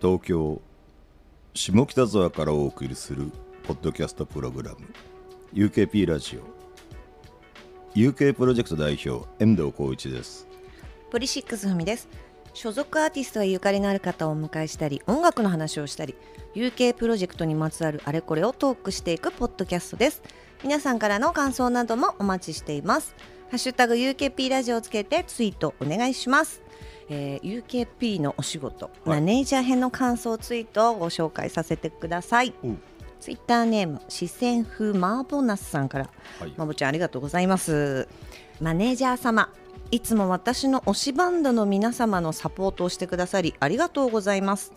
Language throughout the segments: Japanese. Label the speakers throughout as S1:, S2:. S1: 東京下北沢からお送りするポッドキャストプログラム UKP ラジオ UK プロジェクト代表遠藤浩一です
S2: ポリシックスふみです所属アーティストやゆかりのある方をお迎えしたり音楽の話をしたり UK プロジェクトにまつわるあれこれをトークしていくポッドキャストです皆さんからの感想などもお待ちしていますハッシュタグ UKP ラジオをつけてツイートお願いします、えー UKP のお仕事、
S1: はい
S2: マネージャー編の感想ツイートをご紹介させてください
S1: うん
S2: ツイッターネーム四川風マーボナスさんから
S1: はい
S2: まぼちゃんありがとうございますマネージャー様いつも私の推しバンドの皆様のサポートをしてくださりありがとうございます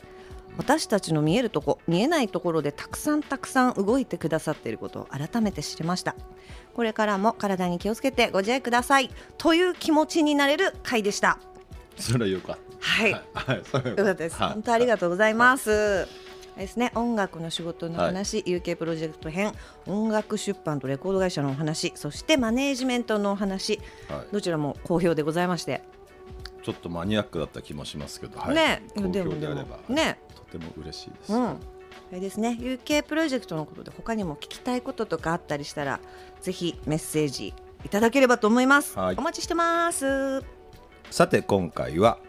S2: 私たちの見えるとこ見えないところでたくさんたくさん動いてくださっていることを改めて知りましたこれからも体に気をつけてご自愛くださいという気持ちになれる回でした
S1: それはよかっ
S2: はい、
S1: たはい、はい、それはよ
S2: よかったです、
S1: はい
S2: 本当ありがとうございます、あれですね音楽の仕事の話、UK プロジェクト編音楽出版とレコード会社のお話そしてマネージメントのお話
S1: はい
S2: どちらも好評でございまして、
S1: ちょっとマニアックだった気もしますけど、はい、
S2: ね
S1: 好
S2: で
S1: 評
S2: も
S1: で
S2: で
S1: あれ
S2: も
S1: ば、
S2: ね
S1: とても嬉しいです、
S2: うんあれですね UK プロジェクトのことで他にも聞きたいこととかあったりしたらぜひメッセージいただければと思います、
S1: はい
S2: お待ちしてますは
S1: さて今回は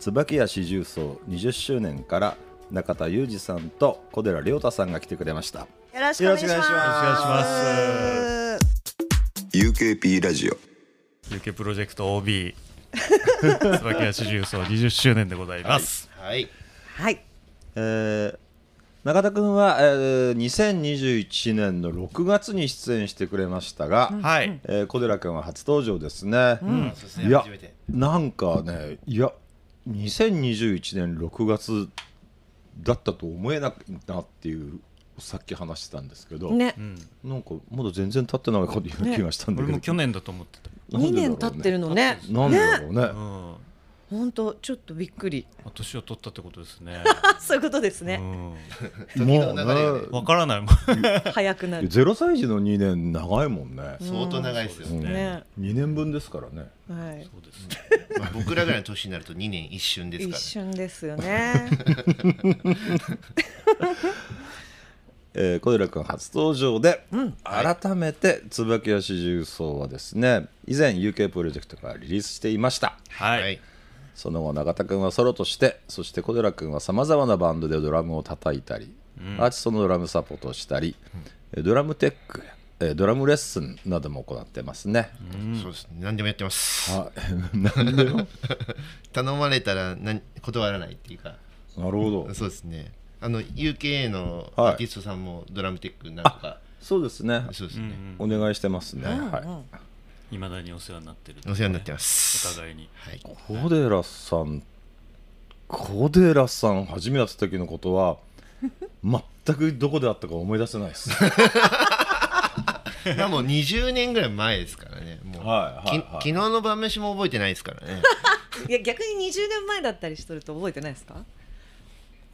S1: 椿屋四重奏20周年から中田裕二さんと小寺亮太さんが来てくれました
S2: いよろしくお願いします
S1: よろしくお願いします
S3: UKP ラジオ
S4: UK プロジェクト OB 椿足重曹20周年でございます、
S1: はい、
S2: はい
S1: えー中田君は、えー、2021年の6月に出演してくれましたが、
S4: はい
S1: えー小寺君は初登場ですね、
S5: そうですね
S1: いや
S5: 初めて
S1: なんかねいや2021年6月だったと思えなくなっていうさっき話してたんですけど、
S2: ね、
S1: なんかまだ全然経ってないこと言う気がしたんだ
S4: 俺
S1: けど、
S4: も去年だと思って
S1: なん
S2: 2
S1: でだろうね
S2: 年経ってるのね
S1: なんでだろうね
S4: た、うん
S2: 本当ちょっとびっく り
S4: まあ年を取ったってことですね、
S2: そういうことですね、
S4: う
S5: 時
S1: も
S5: の流れがね
S1: う
S4: ん、わからないもん
S2: 早くな
S1: ね
S2: る
S1: ゼロ歳児の2年長いもんね、
S5: 相当長いですよ、
S1: うん
S2: ね
S1: 2年分ですからね
S2: はい
S4: そうですね
S5: 僕らぐらいの年になると2年一瞬です
S2: 一
S5: か
S2: 瞬ですよね
S1: えー小寺君初登場で、改めて椿屋四重奏はですね以前 UK プロジェクトからリリースしていました
S4: は
S5: ら
S4: い、
S5: ねはい
S1: その後永田君はソロとしてそして小寺君はさまざまなバンドでドラムを叩いたり、アーティストのドラムサポートをしたり、えードラムテックえードラムレッスンなども行ってますね。
S5: そうです何でもやってます
S1: あ なんでよ
S5: 頼まれたら何断らないっていうか
S1: なるほ ど。
S5: そうですねあの UK の
S1: はい
S5: アーティストさんもドラムテックなんとか、
S1: そうですね。
S5: そうですね、
S1: お願いしてますね。はい
S4: まだにお世話になってる
S5: お世話になってます
S4: お互いに
S5: はい
S1: い。小寺さん、小寺さん初め会った時のことは全くどこであったか思い出せないです。
S5: まあもう20年ぐらい前ですからねもう、
S1: はいはいはい
S5: き昨日の晩飯も覚えてないですからね
S2: いや逆に20年前だったりしとると覚えてないですか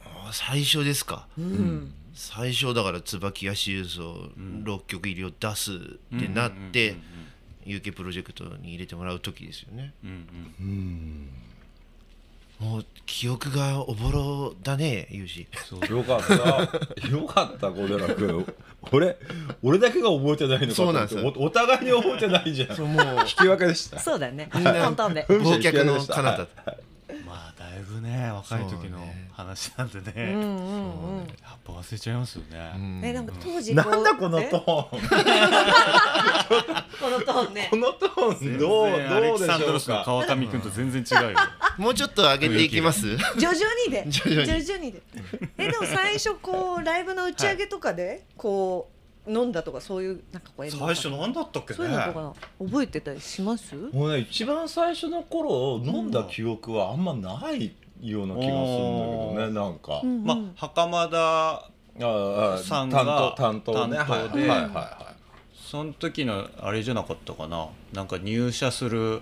S5: あ最初ですか、最初だから椿屋シューズを6曲入りを出すってなって、UK プロジェクトに入れてもらう時ですよね、もう記憶がおぼろだねユージ
S1: よかった。よかった、小寺君。俺、俺だけが覚えてないのかと
S5: そう
S1: 思
S5: なん
S1: っ
S5: で
S1: て
S5: すよ
S1: おお互いに覚えてないじゃん。
S5: そうもう
S1: 引き分けでした。
S2: そうだね
S5: な
S2: 簡単で
S1: ふみちゃん
S5: 忘
S1: 引き分
S5: 却
S1: けで
S5: の
S1: した
S5: 彼
S1: は
S5: 方
S1: い
S4: まあだいぶね若い時の話なんでねやっぱ忘れちゃいますよね、
S2: えなんか当時
S1: なんだこの
S2: え
S1: トーン。
S2: このトーンね
S1: このトーン、
S4: 全然
S1: どう、
S4: ア
S1: ど
S4: レ
S1: う
S4: キ
S1: で
S4: サン
S1: し
S4: ド
S1: ょ
S4: ロ
S1: う
S4: スの
S1: か。
S4: 川上君と全然違うよ
S5: もうちょっと上げていきま
S2: 徐
S5: す
S2: 々にで
S5: 徐々に
S2: 徐々にでえでも最初こうライブの打ち上げとかでこう飲んだとかそういうなんかこう
S4: 最初何だったっけね
S2: そういうのとか覚えてたりします
S1: もうね、一番最初の頃、飲んだ記憶はあんまないような気がするんだけどね、なんか。
S4: まあ袴田
S1: ああ
S4: さん
S1: 担
S4: が
S1: 当、担当ね。はい
S4: 担当で
S1: はいはいは
S4: その時のあれじゃなかったかななんか入社する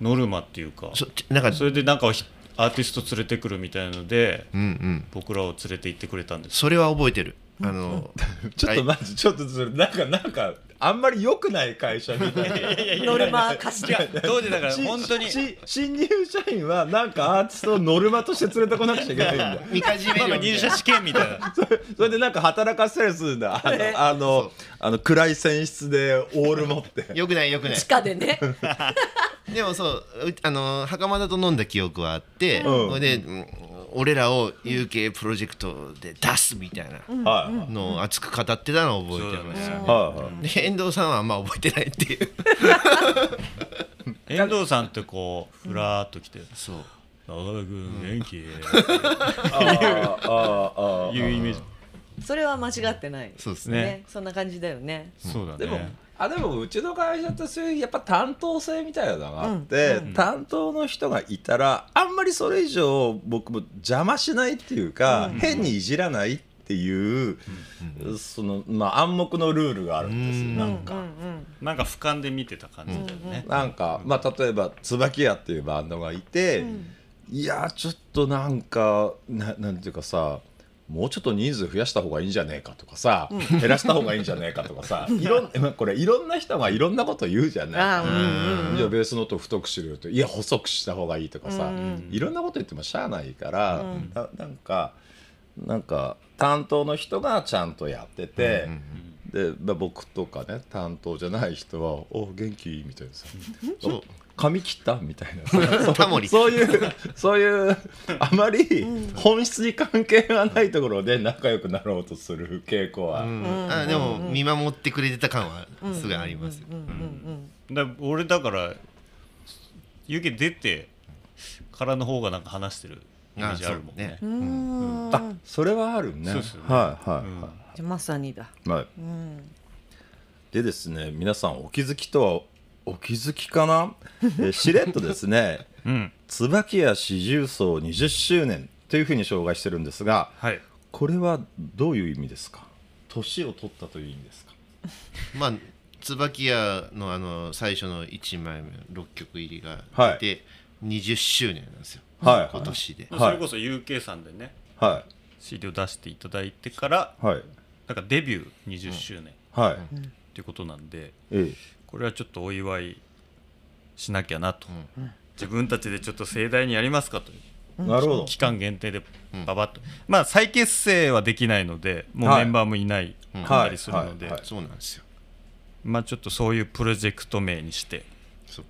S4: ノルマっていうか
S5: そなんか
S4: それでなんかひアーティスト連れてくるみたいので
S5: うんうん
S4: 僕らを連れて行ってくれたんです
S5: それは覚えてるあの
S1: ちょっと待って、ちょっとそれなんかなんかあんまり良くない会社みたいな。
S2: ノルマ貸し
S4: いや当時だ から
S1: し
S4: 本当に
S1: し新入社員はなんかアーティストをノルマとして連れてこなくちゃいけないんだ
S5: 見かじめ
S4: まあ
S5: 料
S4: まあ入社試験みたい な
S1: それでなんか働かせたりするん だあのあのあの暗い選出でオール持って
S5: よくないよくない
S2: 地下でね
S5: でもそううあの袴田と飲んだ記憶はあって、
S1: うん
S5: それで、うん俺らを UK プロジェクトで出すみたいな
S1: はいはい
S5: のを熱く語ってたのを覚えてます、
S4: そうだね
S1: はいはい
S5: で遠藤さんはあんま覚えてないっていう
S4: 遠藤さんってこうふらーっと来て「
S5: そう
S4: 長田君元気?」
S1: あーあーあー
S4: いうイメージ
S2: それは間違ってない
S5: そうです
S4: ね
S5: ね
S2: そんな感じだよね
S4: そうだね
S1: でも、あでもうちの会社ってそういうやっぱ担当性みたいなのがあって、担当の人がいたらあんまりそれ以上僕も邪魔しないっていうか、変にいじらないっていう、そのまあ、暗黙のルールがあるんですよ、なんか。
S4: なんか俯瞰で見てた感じだよね、
S1: なんか、まあ、例えば椿屋っていうバンドがいて、いやーちょっとなんかななんていうかさもうちょっと人数増やした方がいいんじゃねえかとかさ、減らした方がいいんじゃねえかとかさいろん、まあ、これいろんな人がいろんなこと言うじゃない。
S2: あーうんうん
S1: いやベースの音太くしろよといや細くした方がいいとかさ、いろんなこと言ってもしゃあないから、ななんかなんか担当の人がちゃんとやってて、で、まあ、僕とかね担当じゃない人は「お元気?」みたいなさ「お髪切った?」みたいなさ そう
S5: タモリ
S1: そういうそういうあまり本質に関係がないところで仲良くなろうとする傾向は、
S5: うんあでも見守ってくれてた感はすごいあります、
S4: だ俺だから湯気出てからの方がなんか話してるイメージあるもんね
S5: あそうね
S2: うん
S1: あそれはあるね
S4: そうですよね
S1: はいはいはい、
S2: じゃあまさにだ
S1: はい、でですね皆さんお気づきとはお気づきかな、えーしれっとですね
S4: うん
S1: 「椿屋四重奏20周年」というふうに紹介してるんですが
S4: はい
S1: これはどういう意味ですか年を取ったという意味ですか
S5: まあ椿屋のあの最初の1枚目6曲入りが出て、20周年なんですよ、
S1: はいはい
S5: 今年で、
S1: はい
S4: それこそ UK さんでね
S1: は
S4: CD を出していただいてから
S1: いはい
S4: なんかデビュー20周年っ
S1: はい、
S4: ていうことなんで
S1: え
S4: これはちょっとお祝いしなきゃなと、自分たちでちょっと盛大にやりますかという
S1: えなるほど
S4: 期間限定でババッと、まあ再結成はできないのでもう
S1: はい
S4: メンバーもいない
S5: ん
S4: かったりするので、
S1: はいはいはい
S5: そうなんですよ
S4: まあちょっとそういうプロジェクト名にして
S5: そ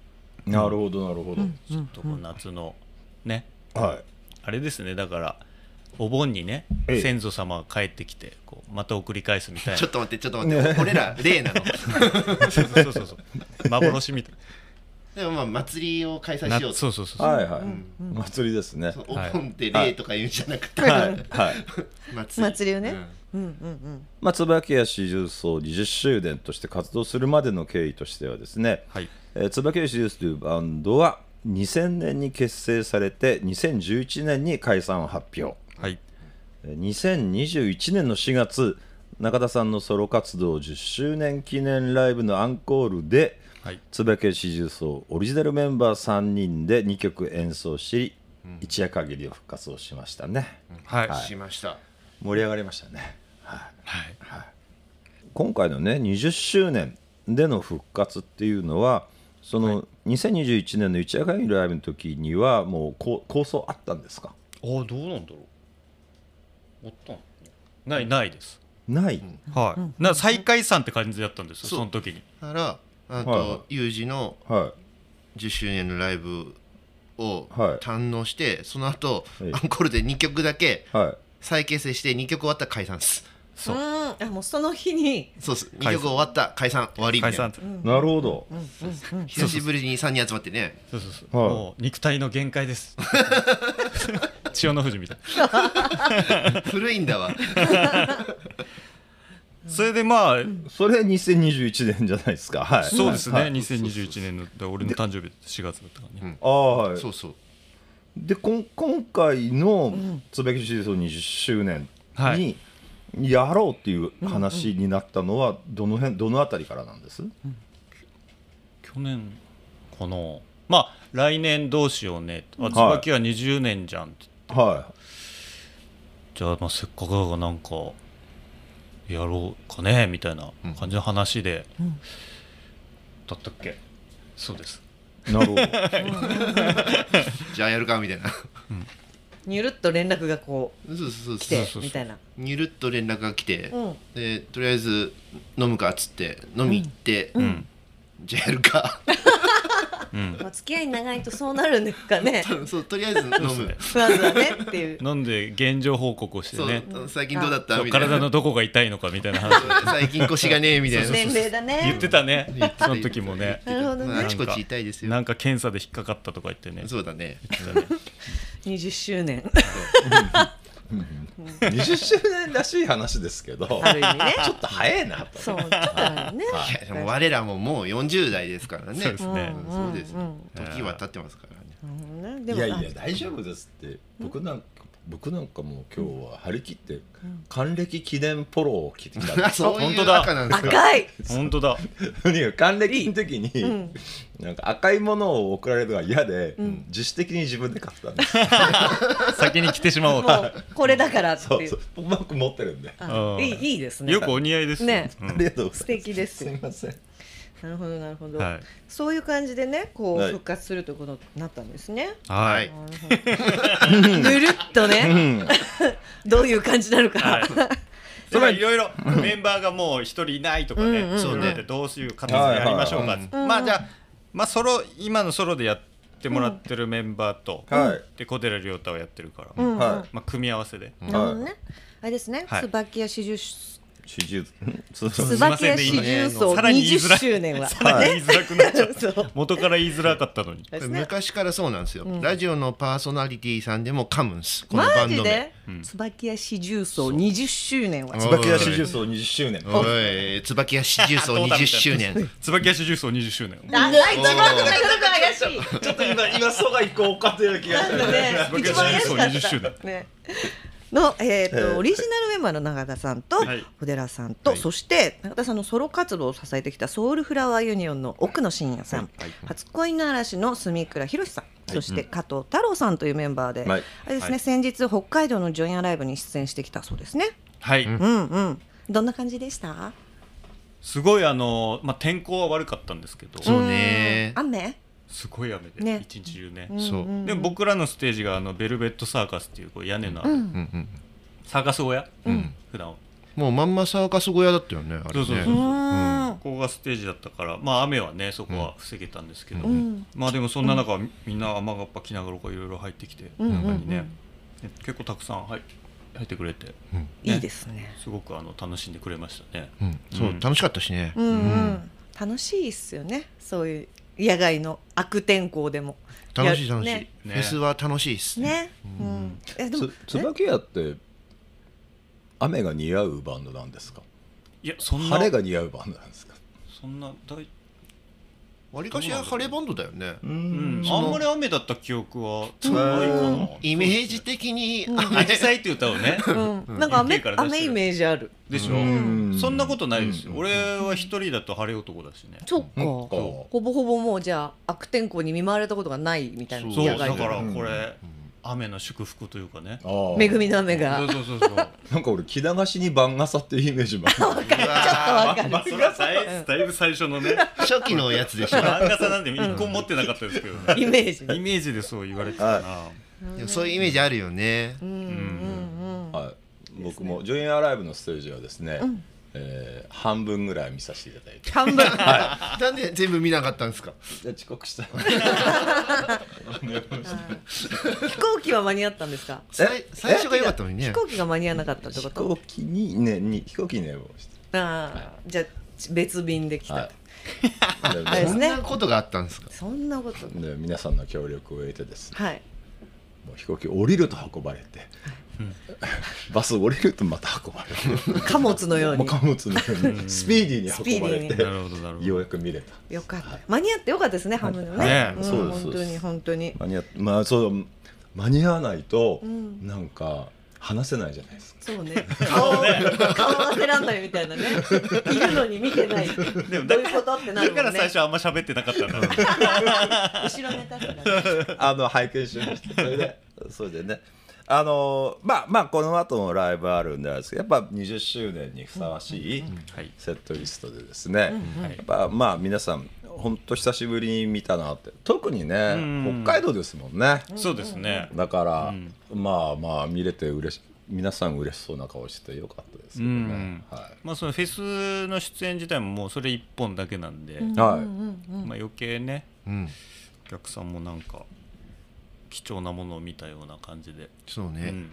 S5: う
S1: なるほどなるほど、
S4: ちょっとこう夏のね
S1: はい
S4: あれですねだからお盆にね
S1: ええ
S4: 先祖様が帰ってきてこうまた送り返すみたいな
S5: ちょっと待ってちょっと待って俺ら例なの
S4: そうそうそう幻みたい
S5: でもまあ祭りを開催
S4: な
S5: しようと
S4: そうそうそうそう、
S1: はいはい、祭りですね
S5: そうオープンって例とか言うんじゃなくて、
S1: はい
S5: 祭り
S2: 祭りをね、
S5: うん
S1: まあ、椿屋四重奏20周年として活動するまでの経緯としてはですね、
S4: はい
S1: えー椿屋四重奏というバンドは2000年に結成されて2011年に解散を発表
S4: はい
S1: えー2021年の4月中田さんのソロ活動10周年記念ライブのアンコールで、
S4: はい
S1: 椿屋四重奏オリジナルメンバー3人で2曲演奏し一夜限りを復活をしましたね、
S4: はい、
S5: しました、
S1: 盛り上がりましたねはい、はい今回のね20周年での復活っていうのはその2021年の一夜限りライブの時にはもうこう構想あったんですか
S4: ああどうなんだろうおったんないないです
S1: ない、
S4: はい、な再解散って感じだったんですよその時に
S5: だからあと、
S1: はいはい
S5: ユージの
S1: は
S5: 10周年のライブを
S1: はい
S5: 堪能して、その後、
S1: はい
S5: アンコールで2曲だけ
S1: いはい
S5: 再結成して2曲終わったら解散っす
S4: そう
S2: うんあもうその日に
S5: そうっす2
S4: 解散
S5: 曲終わった解散終わりみた
S4: 解
S5: い
S4: 散っ
S5: な
S4: て
S1: なるほど、
S5: 久しぶりに3人集まってね
S4: そうそうそう、
S1: はい
S4: もう肉体の限界です千代の富士みたい
S5: 古いんだわ
S4: なそれでまあ、
S1: それ2021年じゃないですかはい
S4: そうですね、
S1: はい
S4: 2021年のだから俺の誕生日4月だったからね、
S1: ああはい
S5: そうそう
S1: でこん今回の椿シリーズの20周年
S4: はい
S1: にやろうっていう話になったのはどの辺どのあたりからなんです、
S4: 去年かなまあ来年どうしようねあ椿は20年じゃんって、
S1: は
S4: じゃあまあせっかくだからなんかやろうかねみたいな感じの話で、だったっけそうです
S1: なる ほど
S5: じゃあやるかみたいな
S2: にゅるっと連絡がこ
S5: そうそうそう
S2: う来
S5: そ
S2: て
S5: うそう
S2: みたいな
S5: にゅるっと連絡が来て、
S2: うん
S5: でとりあえず飲むかっつって飲み行って、
S4: うん
S5: じゃあやるか
S4: うん
S2: まあ付き合い長いとそうなるんですかね
S5: そうとりあえず飲
S4: そう
S5: む
S4: で
S2: ふわふわねっていう
S4: なんで現状報告をして
S5: そう、
S4: ね
S5: 最近どうだった
S4: そう
S5: みたいな
S4: 体のどこが痛いのかみたいな話
S5: 最近腰がねえみたいな
S2: 年齢だね
S4: 言ってたね
S5: 言ってた
S4: その時もね
S5: 言ってた
S2: なるほどね
S5: まああちこち痛いですよ
S4: なんか検査で引っかかったとか言ってね
S5: そうだね
S4: 言ってたね
S2: 20周年
S1: 20周年らしい話ですけどちょ
S2: ある意味ね
S1: っと早いなと
S2: そうちょっとあるね
S1: はい
S5: いやでも我らももう40代ですからね
S4: そうですね
S5: うんそうです
S2: うんうん
S5: 時は経ってますからね
S2: うんで
S1: い
S2: も
S1: やい
S2: あ
S1: や大丈夫ですって僕なんか僕なんかもう今日は張り切って還暦記念ポロを着てきたんです
S5: そういう
S4: 本当だ
S5: 赤なんですか
S2: 赤い
S4: 本当だ
S1: とにかく還暦の時に、
S2: うん
S1: なんか赤いものを送られるのが嫌で、
S2: ん
S1: 自主的に自分で買ったんです
S4: 先に来てしまおう
S2: もうこれだからって
S1: そう
S2: い
S1: そうううまく持ってるんで、
S2: あ
S4: うん
S2: いいいいですね
S4: よくお似合いです
S2: ね
S4: うん
S1: ありがとうございます
S2: 素敵です
S1: すいません
S2: なるほどなるほど、
S4: はい
S2: そういう感じでねこう
S1: はい
S2: 復活するということになったんですね、
S4: は
S5: はいい
S2: ぬるっとね どういう感じなのか、
S4: はいそれはいろいろメンバーがもう一人いないとかね、そうねどういう形でやりましょうかっつって、まあじゃあ、まあ、ソロ今のソロでやってもらってるメンバーと、
S1: はい
S4: で小寺亮太をやってるから、
S2: うん
S1: は
S4: まあ、組み合わせで、
S2: なるほどねあれですね、
S4: はい
S2: 椿屋四十ス
S1: い手術そうそう
S4: すいま
S2: 椿
S4: せん
S2: 屋四十
S4: ね今
S5: ね
S2: 層
S4: さらに言いづら
S2: 20
S4: い
S2: 周年は
S4: さらに言いづらくなっちゃっ
S2: そ
S4: た
S2: う
S4: 元から言いづらかったのに
S2: です ね
S5: 昔からそうなんですよ、ラジオのパーソナリティさんでも噛むんですこのバ
S2: マ
S5: ン
S2: ジ
S5: ド名
S2: で、椿屋四十層20周年は
S5: うん
S1: 椿屋四十層20周年
S5: おい椿屋四重奏20周 年
S4: 椿足重曹20周年
S2: あ一番怪しい
S1: ちょっと今今蘇が一個多かったような気がする
S2: ね、
S4: 僕
S2: 一
S4: が
S2: 番安かっ
S4: 20周年
S2: た。ね。の、えっ、
S1: えー
S2: と、オリジナルメンバーの永田さんと
S4: い、
S2: 小寺さんと、そして、永田さんのソロ活動を支えてきたソウルフラワーユニオンの奥野信也さん。初恋の嵐の住倉宏さん。そして加藤太郎さんというメンバーで、
S1: はい
S2: あれですね、
S4: はい
S2: 先日北海道のジョイアンライブに出演してきたそうですね。
S4: はい、
S2: うんうん。どんな感じでした？
S4: すごいあの、まあ、天候は悪かったんですけど
S5: そうね
S2: 雨？
S4: すごい雨で、
S2: ね
S4: 一日中ね、
S5: そう、
S4: で僕らのステージがあのベルベットサーカスっていうこう屋根のある
S5: うんうん
S4: サーカス小屋、普段は
S5: もうまんまサーカス小屋だったよねあれね
S4: そうそうそう
S2: うーん。
S4: ここがステージだったからまあ雨はねそこは防げたんですけど、まあでもそんな中、みんな雨がっぱ着ながらこういろいろ入ってきて、中にねね結構たくさん入入ってくれて
S2: いいですね。
S4: すごくあの楽しんでくれましたね、
S5: うんそう楽しかったしね、
S2: うんうん、楽しいっすよねそういう野外の悪天候でも
S5: 楽しい
S2: や
S5: 楽しい、
S2: ね
S5: フェスは楽しいっすね
S2: ね、うん、いやでも
S1: つ椿屋って雨が似合うバンドなんですか
S4: いやそんな
S1: 晴れが似合うバンドなんですか
S4: そんな大、
S5: わりかし晴れバンドだよね、
S4: うん、あんまり雨だった記憶はないかな
S5: イメージ的に、
S4: アジサイっていう歌を ね、
S2: うん、なんか雨
S4: いいから出し
S2: 雨
S4: てる
S2: イメージある
S4: でしょ、そんなことないですよ、俺は一人だと晴れ男だしね、
S2: そっか、
S1: うん
S2: ほぼほぼもうじゃあ悪天候に見舞われたことがないみたいな
S4: そうだ
S2: 野
S4: か
S2: 外で
S4: らこれ、雨の祝福というかね。
S1: あー
S2: 恵みの雨
S4: そ
S2: が
S4: うそうそうそう。
S1: なんか俺着流しに番傘っていうイメージもある
S4: まあ まあそれはだいだいぶ最初のね、
S5: 初期のやつでしょ
S4: 漫画さなんて一個も持ってなかったですけどね、
S2: イメージ
S4: イ
S2: ね
S4: メージでそう言われてたな。
S5: でもそういうイメージあるよね、
S1: はい、僕も「ジョインアライブ」のステージはですね、えー半分ぐらい見させていただい て
S2: 半分
S5: なんで全部見なかったんですか
S1: で遅刻した
S2: 飛行機は間に合ったんですか
S5: 最最初が良かったのに
S2: 飛
S5: ね
S2: 行機が間に合わなかったってこ
S1: 飛
S2: と
S1: 行機にねに飛行機に寝坊して
S2: あーじゃあ別便で来た、
S1: はい
S2: あれで
S5: そ
S2: す
S5: ん
S2: ね
S5: なことがあったんですか
S2: そんなこと
S1: で皆さんの協力を得てですね
S2: はい
S1: もう飛行機降りると運ばれて、バス降りるとまた運ばれて
S2: 貨物のよう
S1: もう
S2: に
S1: 貨物のようにスピーディーに運ば
S2: スピーディ
S4: なる
S1: れ
S4: ほどなるほ
S1: て
S4: ど。
S1: ようやく見れた
S2: よかった、間に合ってよかったですね、半分のね。
S4: ね
S2: うん
S1: そうです
S2: 本当
S1: そう
S2: に
S1: です
S2: 本当に。
S1: 間に合まあそう間に合わないと、なんか話せないじゃないですか
S2: そうね。顔を、顔合わせらんないみたいなね。いるのに見てない。どう
S4: でも
S2: いうことってなるもんね。
S4: だから最初あんま喋ってなかったんだ。
S2: 後ろめたさがね。
S1: あの拝見しましたそれでそれでねあのーまあまあこの後のライブあるんですけどやっぱ20周年にふさわしい
S4: はい
S1: セットリストでですね、やっぱまあ皆さんほんと久しぶりに見たなって特にね、北海道ですもんね、
S4: そうですね
S1: だから、まあまあ見れて嬉し皆さん嬉しそうな顔してよかったですよね、は
S4: まあそのフェスの出演自体ももうそれ一本だけなんで、
S1: い、はい
S4: まあ余計ね
S5: うん
S4: お客さんもなんか貴重なものを見たような感じで、
S5: そう
S4: う
S5: ね、
S4: ん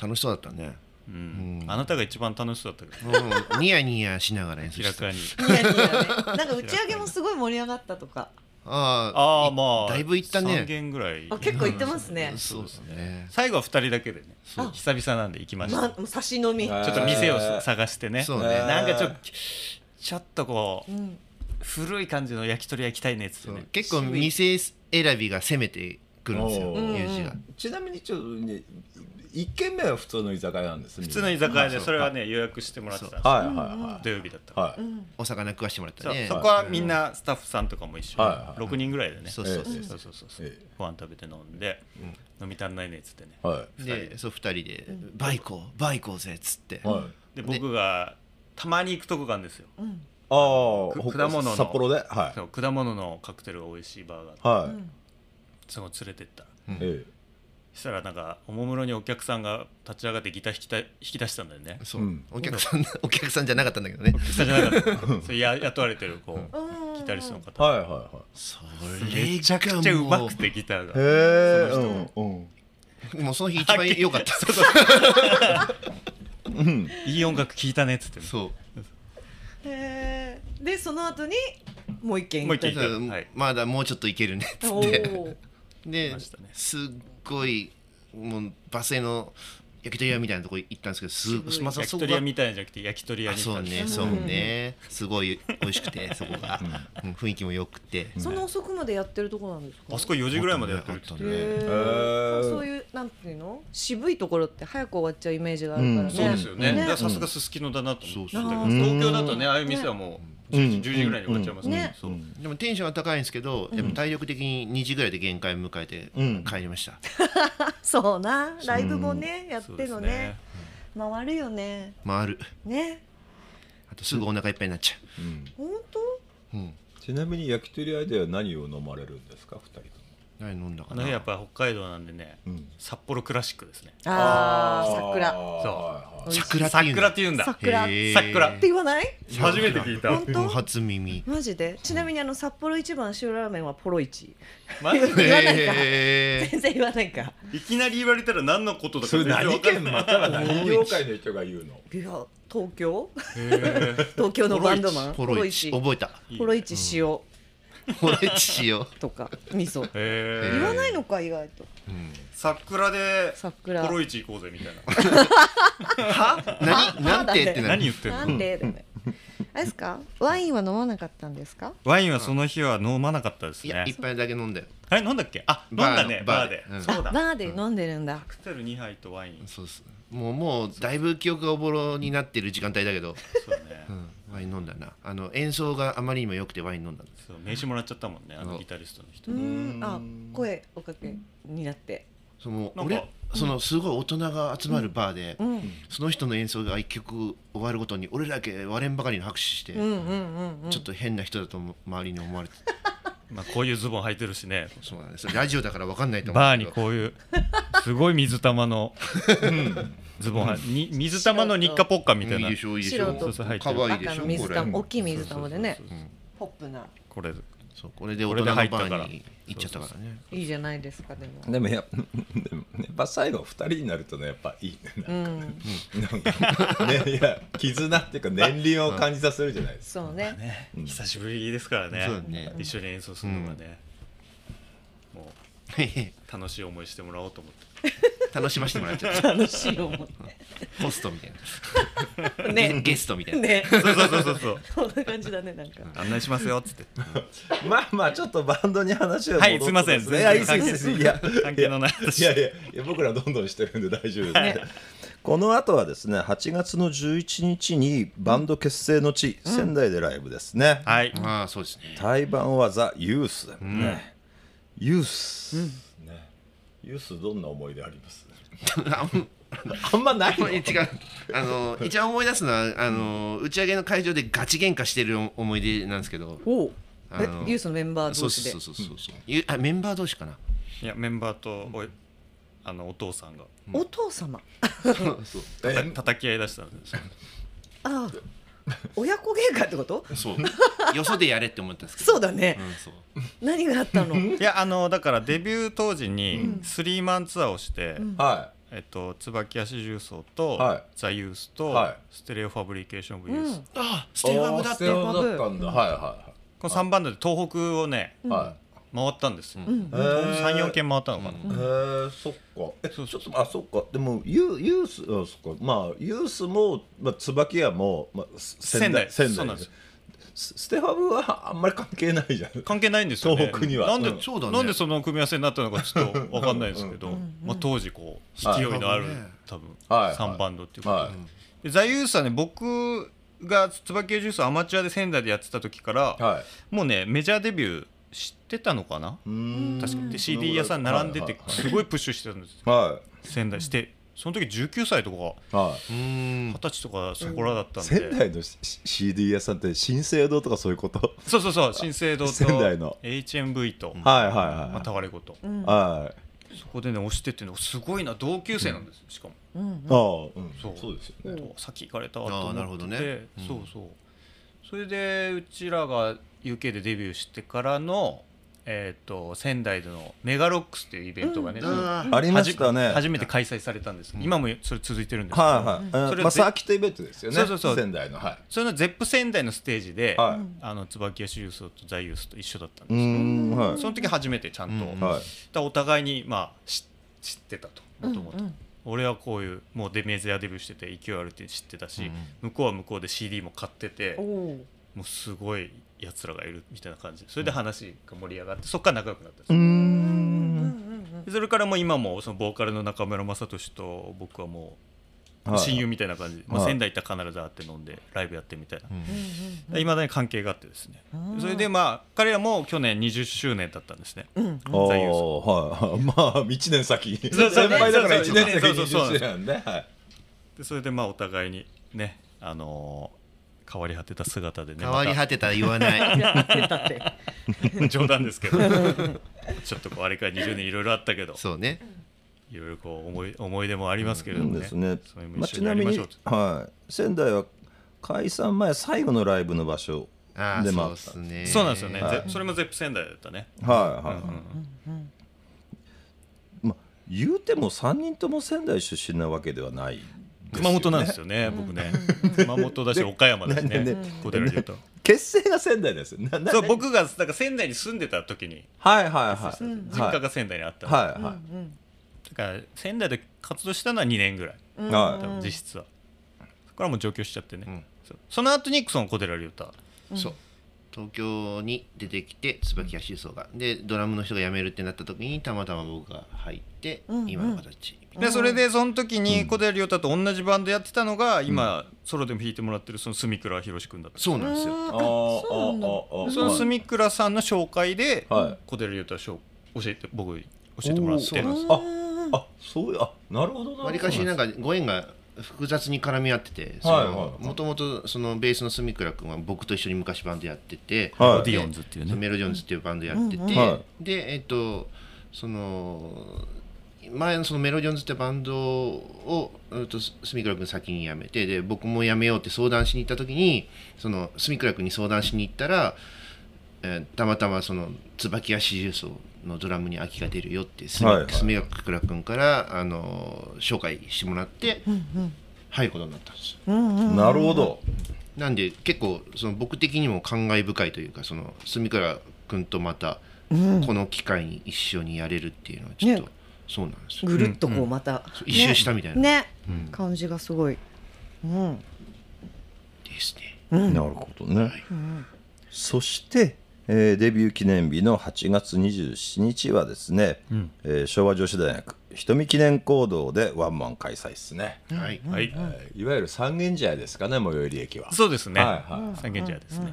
S5: 楽しそうだったね
S4: うんあなたが一番楽しそうだったけど
S5: うんニヤニヤしながら演 奏
S4: 明
S5: し
S4: ら
S5: てた
S4: かに
S2: ニヤニヤねなんか打ち上げもすごい盛り上がったとか
S5: あ
S4: ああまあ
S5: だいぶ行った
S4: 3
S5: ね
S4: 軒ぐらい
S2: あ結構行ってますね
S5: そうですね
S4: 最後は2人だけでね
S2: う
S4: 久々なんで行きました、
S2: ま差し飲み
S4: ちょっと店を探してね
S5: そうね
S4: なんかちょっとちょっとこう、
S2: ん
S4: 古い感じの焼き鳥屋行きたいねっつって
S5: そう
S4: ね
S5: 結構店選びが攻めてくるんですよ
S1: おー
S5: ミュージが
S1: ちなみにちょっとね一軒目は普通の居酒屋なんですね
S4: 普通の居酒屋でそれはね予約してもらってたんですよ
S1: はいはいは
S4: 土曜日だった
S1: い
S4: から
S1: はい、
S5: お魚食わしてもらった
S4: そう
S5: ね
S4: そこはみんなスタッフさんとかも一緒に
S1: はいはい
S4: 6人ぐらいでね
S5: そ
S4: そうう
S5: そう
S1: ええ
S4: そうそうそう
S1: ええ
S4: ご飯食べて飲んで飲み足んないねっつってね
S1: はい
S5: でそう二人で「バイコーバイコーぜ」っつって
S1: はい
S4: で僕がたまに行くとこがあるんですよ
S1: ああ
S4: く
S1: 北
S4: 果物の
S1: 札幌では
S4: そう果物のカクテルが美味しいバーがあっ
S1: い
S4: て
S1: はい、
S4: その連れてった
S1: え
S4: そしたらなんかおもむろにお客さんが立ち上がってギター弾きた引き出したんだよね
S5: そう、お客さん お客さんじゃなかったんだけどね
S4: 下じゃなかったそうや雇われてるこうギタリストの
S1: え
S4: 方
S1: はいはいはい
S5: そ
S4: めちゃくちゃうまくてギターが
S1: へえうんうん
S5: もうその日一番良かった
S4: いい音楽聴いたねっつってね
S5: そう
S2: へーでその後にもう一軒
S4: もう一軒
S5: だから
S4: はい
S5: まだもうちょっといけるねっつ
S2: お
S5: って
S2: ー
S5: で、
S4: ましたね
S5: すっごいもうバス停の焼き鳥屋みたいなとこ行ったんですけどす
S2: ごい
S5: まさ
S4: 焼
S5: そ
S4: き
S5: こ
S4: 鳥
S5: が
S4: 屋みたいなんじゃなくて焼き鳥屋
S5: あ
S4: に行
S5: そ
S4: った
S5: うん
S4: ですよ
S5: ねそうねすごい美味しくてそこが、うん雰囲気も良くて、
S2: その遅くまでやってるとこなんですか
S4: あそこ4時ぐらいまでやってるって言って
S2: へー
S1: へー
S2: そういうなんていうの渋いところって早く終わっちゃうイメージがあるからね、
S4: そうですよね。
S2: ね
S4: だからさすがすすきのだなと思ってたけど、
S2: そうそう
S4: 東京だとね、ああいう店はもう10時10時ぐらいに終わっちゃいます
S2: ね
S4: ね。そう
S5: でもテンションは高いんですけど、やっぱ体力的に2時ぐらいで限界を迎えて帰りました、
S2: そうなライブもねやって
S4: そ
S2: の
S4: う
S2: ね
S4: ですね
S2: 回るよね
S5: 回る
S2: ね
S5: あとすぐお腹いっぱいになっちゃ
S2: 本当
S1: ちなみに焼き鳥屋では何を飲まれるんですか二人とも
S5: う何飲んだか
S4: あ
S5: な
S4: の辺やっぱ北海道なんでね、札幌クラシックですね。
S2: ああ
S1: あ
S2: 桜
S1: ー
S4: そう
S1: はい
S5: 桜っていうんだ
S4: 桜
S2: 桜
S4: って言うんだ。
S2: っ
S5: へ
S2: て
S5: ー
S4: 桜
S2: 言わない
S4: 初めて聞いた。
S2: 本当
S5: 初耳
S2: マジでちなみにあの札幌一番塩ラーメンはポロイチ
S4: マジ
S2: 言
S4: で
S2: わないか
S5: へ
S2: 全然言わないか
S4: いきなり言われたら何のことだか
S1: それ
S4: 全然わ
S1: 何
S4: かん
S1: 県
S4: ない。
S1: または何業界の人が言うの
S2: いや東京 東京のバンドマン
S5: ーポロイチ
S2: ポロイ
S5: 覚えた
S2: チポロイチ塩
S5: ポロイチ塩
S2: とか味噌
S4: へ
S2: 言
S4: ー
S2: わないのか意外と
S4: 桜でポ
S2: 桜
S4: ロイチ行こうぜみたいな。
S5: 何なんてって な
S4: 何言
S5: る
S4: ってん
S2: な
S4: の？
S2: んでだよねあれですかワインは飲まなかったんですか
S4: ワインはその日は飲まなかったです
S5: い
S4: ね
S5: や一。杯だけ飲んだよ
S4: あれ飲んだっけ？あ、飲んだね。バ
S5: バー
S4: ーで
S5: バーでうん。
S4: そう
S2: バ
S4: だ。
S2: ーで飲んでるんだ
S4: カクテル2杯とワイン。
S5: そうっすもうもうだいぶ記憶がおぼろになってる時間帯だけど、
S4: そうね。
S5: うん、ワイン飲んだなあの演奏があまりにも良くてワイン飲んだんです
S4: そう名刺もらっちゃったもんねあ
S5: うん
S4: のギタリストの人
S2: うーんあ声おかけになって
S5: その
S4: なんか
S5: 俺そのすごい大人が集まるバーで、その人の演奏が一曲終わるごとに俺らだけ割れんばかりの拍手して、ちょっと変な人だと思う周りに思われて
S4: まあこういうズボン履いてるしね
S5: そうなんですラジオだから分かんないと思
S4: バー
S5: うんで
S4: に
S5: すけど
S4: こういうすごい水玉のズボンはに水玉の日課ポッカみたい
S5: い
S4: ない
S5: でしょいいでし
S2: 白
S5: ょ
S2: と
S5: そうそう入ってる可愛いで
S2: 赤
S5: し
S2: の
S5: ょこ
S2: 水
S5: れ
S2: 玉大きい水玉でねポップな
S4: これ
S5: そうこれで大人のバーに行っちゃったからね
S2: いいじゃないですかでも
S1: でもや でもやっぱ最後二人になるとねやっぱいいね なんかねなんかねいや絆っていうか年輪を感じさせるじゃないですか
S2: そう ね
S4: ね久しぶりですからね
S5: そうね
S4: 一緒に演奏するのがねもう楽しい思いしてもらおうと思って
S5: 楽しませてもらっちゃった
S2: 楽しい思
S5: ホストみたい
S2: い
S5: な
S2: ね
S5: ゲストみたいな
S2: ね
S4: そうそうそうそうそう
S2: そんな感じだねなんか
S4: 案内しますよっつって
S1: まあまあちょっとバンドに話を戻
S4: はいすいません
S1: ってですねいやいい
S4: 全
S1: で
S4: 然
S1: すいいですいや
S4: 関係のない話
S1: いやいやいや僕らどんどんしてるんで大丈夫です、ね、この後はですね8月の11日にバンド結成の地、仙台でライブですね、
S4: はい
S5: ああそうですね
S1: 対バンはザ・ユース、ねユース、ねユースどんな思い出あります
S5: あんまないの違うあ の一番思い出すのはあの打ち上げの会場でガチ喧嘩してる思い出なんですけど
S2: おう
S5: あの
S2: えユースのメンバー
S5: そ
S2: 同
S5: う
S2: 士で
S5: そうそうそうそうゆあメンバー同士かない
S4: やメンバーとおいあのお父さんが
S2: お父様
S5: そう
S4: たた叩き合い出したんですよ
S2: ああ親子喧嘩ってこと
S5: そうよそでやれって思ったんですけど
S2: そうだね
S5: うんそう
S2: 何があったの
S4: いやあのだからデビュー当時にスリーマンツアーをして、
S1: は
S4: えっと、椿足重曹と、
S1: はい
S4: ザ・ユースと、
S1: はい
S4: ステレオファブリケーション・ブ・ユース、
S2: うん
S5: あス
S1: い
S5: テイバムだっ
S1: ス
S5: て
S1: テ
S5: よ
S1: オだったんだはいは
S4: この3バンドで東北をね
S1: いはい
S4: 回ったんですよ、
S2: ん
S1: へー
S4: 34軒回ったのかな、
S1: へえそっかえちょっとあそっかでもユユースあそっかまあユースも、まあ、椿屋も、まあ、す
S4: 仙台
S1: 仙
S4: そうな
S1: 台
S4: んですよ
S1: スステファブはあんまり関係ないじゃん
S4: 関係ないんですよ、ね、
S1: 東北には
S4: なんで、
S1: うん
S5: そうだね
S4: なんでその組み合わせになったのかちょっ とわかんないですけど、まあ、当時こう勢いのある、
S5: はいはい
S4: 多分、
S1: はい
S4: 3バンドっていうことで,、
S1: は
S4: でザ・ユースはね僕が椿屋重曹アマチュアで仙台でやってた時から、
S1: いはい
S4: もうねメジャーデビュー知ってたのかな
S1: うーん
S4: 確かにで CD 屋さん並んでてすごいプッシュしてたんですよ
S1: は
S4: 仙台してその時19歳とか
S1: いは
S5: うー
S4: 二
S5: ん
S4: 十歳とかそこらだった
S1: い
S4: ん
S1: 仙
S4: で
S1: 台の C- CD 屋さんって新生堂とかそういうこと
S4: そうそうそう新生堂と
S1: 仙台の
S4: HMV とま
S1: はいはい
S4: あ
S1: は
S4: タワレコと
S1: いはい
S4: そこでね押してっていうのすごいな同級生なんですよしかも
S1: ああうん
S4: そう
S1: そうですよね
S4: そう先行かれたわと
S5: あーなる
S4: 思
S5: ほ
S4: って
S5: ど
S4: て、
S5: ね
S4: そうそうそれでうちらが UK でデビューしてからのえー、と仙台でのメガロックスっていうイベントがね、
S5: あ
S1: ありましたね
S4: 初め初めて開催されたんですけど、今もそれ続いてるんですけど、
S1: はいはい、
S4: そ
S1: うん
S4: れ
S1: まあ、
S4: ぜ
S1: サーキットイベントですよね
S4: そうそうそう
S1: 仙台のはい
S4: それのゼップ仙台のステージで、
S1: はい
S4: あの椿屋シユースとザユースと一緒だったん
S1: うー
S4: ですよ
S1: んはい
S4: その時初めてちゃんと、
S5: うん
S4: だか
S1: はい
S4: らお互いにまあ知知ってたともともと俺はこういうもうデメジャーデビューしてて勢いあるって知ってたし、向こうは向こうで CD も買ってて
S2: おお
S4: もうすごいやつらがいるみたいな感じでそれで話が盛り上がってそっから仲良くなったんですよ
S1: うーん
S4: でそれからもう今もそのボーカルの中村雅俊と僕はも
S1: は
S4: う
S1: い
S4: 親友みたいな感じで、まあ、
S1: はい
S4: 仙台行ったら必ず会って飲んでライブやってみたいないまだに関係があってですねそれでまあ彼らも去年20周年だったんですね、
S1: ああはいまあ1年先
S4: そうそう
S1: 先輩だから
S4: そう
S1: 1
S4: そう
S1: 年先
S4: そうそうそう
S1: 20周年なんではい
S4: でそれでまあお互いにねあのー変わり果てた姿でね
S5: 変わり果てたら言わない
S4: また 冗談ですけどちょっとこうあれから20年いろいろあったけど
S5: そうね
S4: いろいろこう思い思い出もありますけれど
S1: そう
S4: も
S1: で
S4: ね
S1: すね
S4: それ。
S1: ま
S4: も
S1: あ
S4: 一緒
S1: ち
S4: に
S1: な
S4: やり
S1: み
S4: ま
S1: に
S4: しょうと、
S1: はい、仙台は解散前最後のライブの場所
S5: あ
S1: で
S5: あ
S1: も
S5: そう
S1: あっ
S5: で
S1: た
S5: す。ね
S4: そうなんですよね、
S1: はい
S4: ぜそれもゼップ仙台だったね
S1: はいはい、まあ言うても三人とも仙台出身なわけではない。
S4: 熊本なんですよね、僕ね。熊本だし、岡山だしね
S1: ねねね、
S4: 小寺で言うと。
S1: 結成が仙台ですよ。なな
S4: そう、僕が、なんか仙台に住んでた時に、
S1: はいはいはい。
S4: 実家が仙台にあったの。だ
S1: はいは
S4: から、仙台で活動したのは2年ぐらい、
S1: いは
S4: 多
S1: い。
S4: 分実質は。そこからもう上京しちゃってね。そうその後に、その小寺龍太。
S5: そう東京に出てきて椿屋修がでドラムの人が辞めるってなった時にたまたま僕が入って今の形
S4: で、それで、その時に小寺龍太と同じバンドやってたのが、今、ソロでも弾いてもらってる、その住倉宏君だった。
S5: そうなんですよ
S1: ああああああ
S4: その住倉さんの紹介で
S1: はい、
S4: 小寺龍太紹教えて、僕、教えてもらっ
S5: そう
S4: て
S5: な。んです
S1: ああそういうあなるほどなるほど。
S5: わりかしなんかご縁が複雑に絡み合ってて
S1: はいはい
S5: もともとそのベースの住倉君は僕と一緒に昔バンドやってて、
S1: はい
S4: メロディオンズっていうね
S5: そメロディオンズっていうバンドやってて、
S1: は
S5: でえっとその前のそのメロディオンズってバンドをうんと住倉君先に辞めてで僕も辞めようって相談しに行った時にその住倉君に相談しに行ったら、えーたまたまその椿屋四重奏のドラムに秋が出るよって住
S1: はいはい
S5: 住倉君からあの紹介してもらって入ることになったんですよ。
S1: なるほど。
S5: なんで結構その僕的にも感慨深いというかその住倉君とまたこの機会に一緒にやれるっていうのはちょっと、
S2: ね
S5: そうなんですよ
S2: ぐるっとこうまた、
S5: うん一周したみたいな
S2: ねね感じがすごい、うん、
S5: ですね
S1: なるほどね。そして、えーデビュー記念日の8月27日はですね、えー昭和女子大学瞳記念講堂でワンマン開催ですね、
S5: はい
S4: はい。
S1: えーいわゆる三軒茶屋ですかね最寄り駅は
S4: そうですね。
S1: はいはい
S4: 三軒茶屋ですね。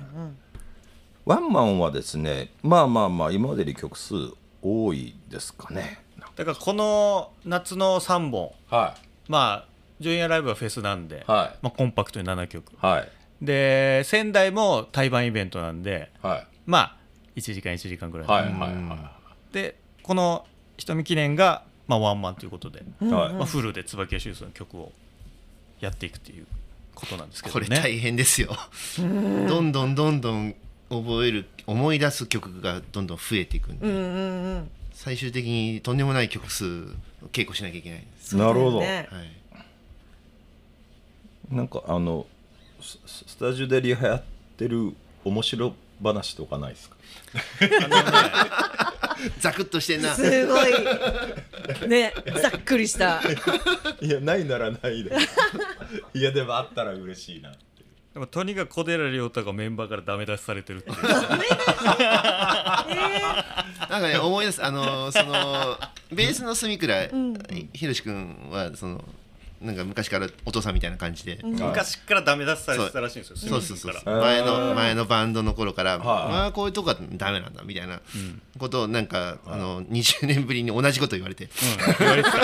S1: ワンマンはですねまあまあまあ今までより曲数多いですかねなん
S4: だからこの夏の3本
S1: は
S4: まあジュニアライブはフェスなんで、
S1: はい
S4: まあ、コンパクトに7曲
S1: いはい
S4: で仙台も対バンイベントなんで
S1: はい
S4: まあ1時間1時間ぐらい、
S1: はいはいは
S4: でこの「瞳記念が」まあ、ワンマンということで、
S1: いはい
S4: まあ、フルで椿屋修造の曲をやっていくということなんですけど
S5: こ
S4: ね
S5: れ大変ですよどんどんどんどん覚える思い出す曲がどんどん増えていくんで、最終的にとんでもない曲数稽古しなきゃいけないんです、
S1: なるほど
S2: ね
S5: はい、
S1: なんかあのスススタジオでリハやってる面白話とかないですか
S5: ザクッとしてん な
S2: すご いねざっくり した
S1: いやないならないでいやでもあったら嬉しいなって
S4: でもとにかく小寺亮太がメンバーからダメ出しされてるっていう
S5: なんかね思い出すあのそのベースの住倉ひろし君はそのなんか昔からお父さんみたいな感じ で、
S4: 昔からダメ出しされてたらしいんですよ
S5: そう
S4: ス
S5: そ
S4: ミ
S5: う
S4: ス
S5: そ
S4: か
S5: う
S4: ら
S5: そう前の前のバンドの頃か
S1: はい
S5: ら、まあこういうとこはダメなんだみたいなことをなんか、あの20年ぶりに同じこと言われて、
S4: 言われてた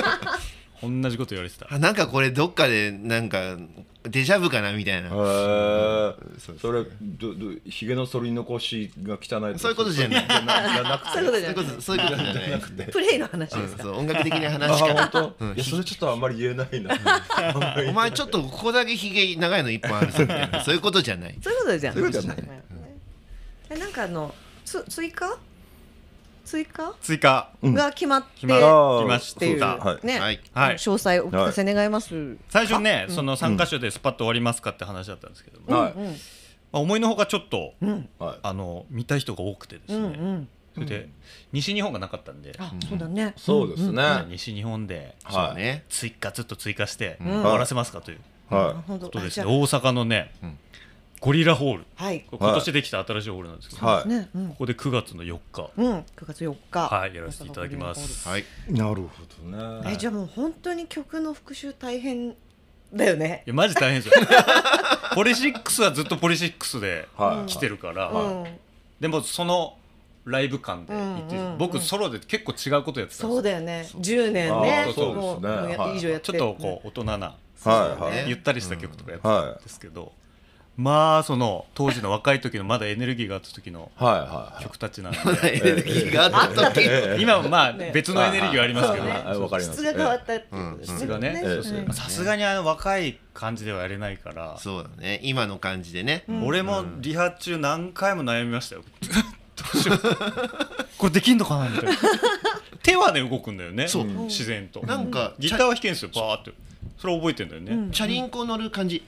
S4: 同じこと言われてた
S5: あなんかこれどっかでなんかデジャブかなみたい
S1: へ
S5: な、そうですね
S1: えそれどどひげの剃り残しが汚いとか
S5: そういうことじゃない
S1: じゃなじゃなく
S2: そういうことじ
S5: そうい
S2: ゃ
S5: う
S2: な
S5: こ
S2: い
S5: とそういうことじゃない、うん
S2: プレイの話ですか
S5: そう音楽的な
S1: あ
S5: 話か
S1: 本当、いやそれちょっとあんまり言えないなあんまり
S5: お前ちょっとここだけひげ長いの一本あるぞみたい なそういうことじゃない
S2: そういうことじゃん
S1: そういうことじゃない
S2: えなんかあのつ追加追加
S4: 追加
S2: が決まって
S4: 決ま
S1: あ
S2: っ
S1: ー
S4: 来まして
S2: いう
S4: そうだ
S1: はい
S2: ね
S5: はい
S4: はい
S2: 詳細お聞かせ願います
S4: 最初ねその3箇所でスパッと終わりますかって話だったんですけども、ま
S1: はい、
S4: あ、思いのほかちょっと、
S1: はい、
S4: あの見たい人が多くてですね、それで西日本がなかったんで、
S2: あそうだね
S1: そうですね、
S4: 西日本で
S5: そうね
S4: 追加ずっと追加して終わらせますかという
S1: はい
S2: なるほど
S4: ことです
S2: あじゃ
S4: ね、大阪のね、ゴリラホール
S2: あはい
S4: これ今年できた新しいホールなんですけど、
S1: はい、
S2: ねうん
S4: ここで9月の4日
S2: うん9月4日
S4: はいやらせていただきます
S5: はい
S1: なるほど
S2: えじゃあもう本当に曲の復習大変だよね
S4: いやマジ大変ですよ ポリシックスはずっとポリシックスで
S1: はい
S4: 来てるから、
S2: うん
S4: でもそのライブ感で行って、
S2: うんうんうん
S4: 僕ソロで結構違うことやってたん
S2: そう
S4: です
S2: だよね10年ね
S1: あーそうですね
S2: ももや
S1: はい
S2: 以上やって
S4: ちょっとこう大人な、
S1: はいは
S5: ね
S1: い
S4: ゆったりした曲とかやって
S1: は
S4: た
S1: い
S4: んですけど、まあその当時の若い時のまだエネルギーがあった時の
S1: はいはい
S4: 曲たち なんで
S5: エネル ギーがあった時
S4: 今はまあ
S2: ね
S4: 別のエネルギーはありますけ
S2: そ
S4: ど、
S2: うね
S1: はいわかります
S2: 質が変わったってことですね
S4: 質がね
S2: ね
S4: そうそう
S2: うん
S4: まあさすがにあの若い感じではやれないから、
S5: そうだね今の感じでね、
S4: 俺もリハ中何回も悩みました よどうしようこれできんのかなみたいな手はね動くんだよね
S5: そう
S4: 自然と
S5: なんか
S4: ギターは弾けんですよバーってそれ覚えてんだよね、
S5: チャリンコ乗る感じ。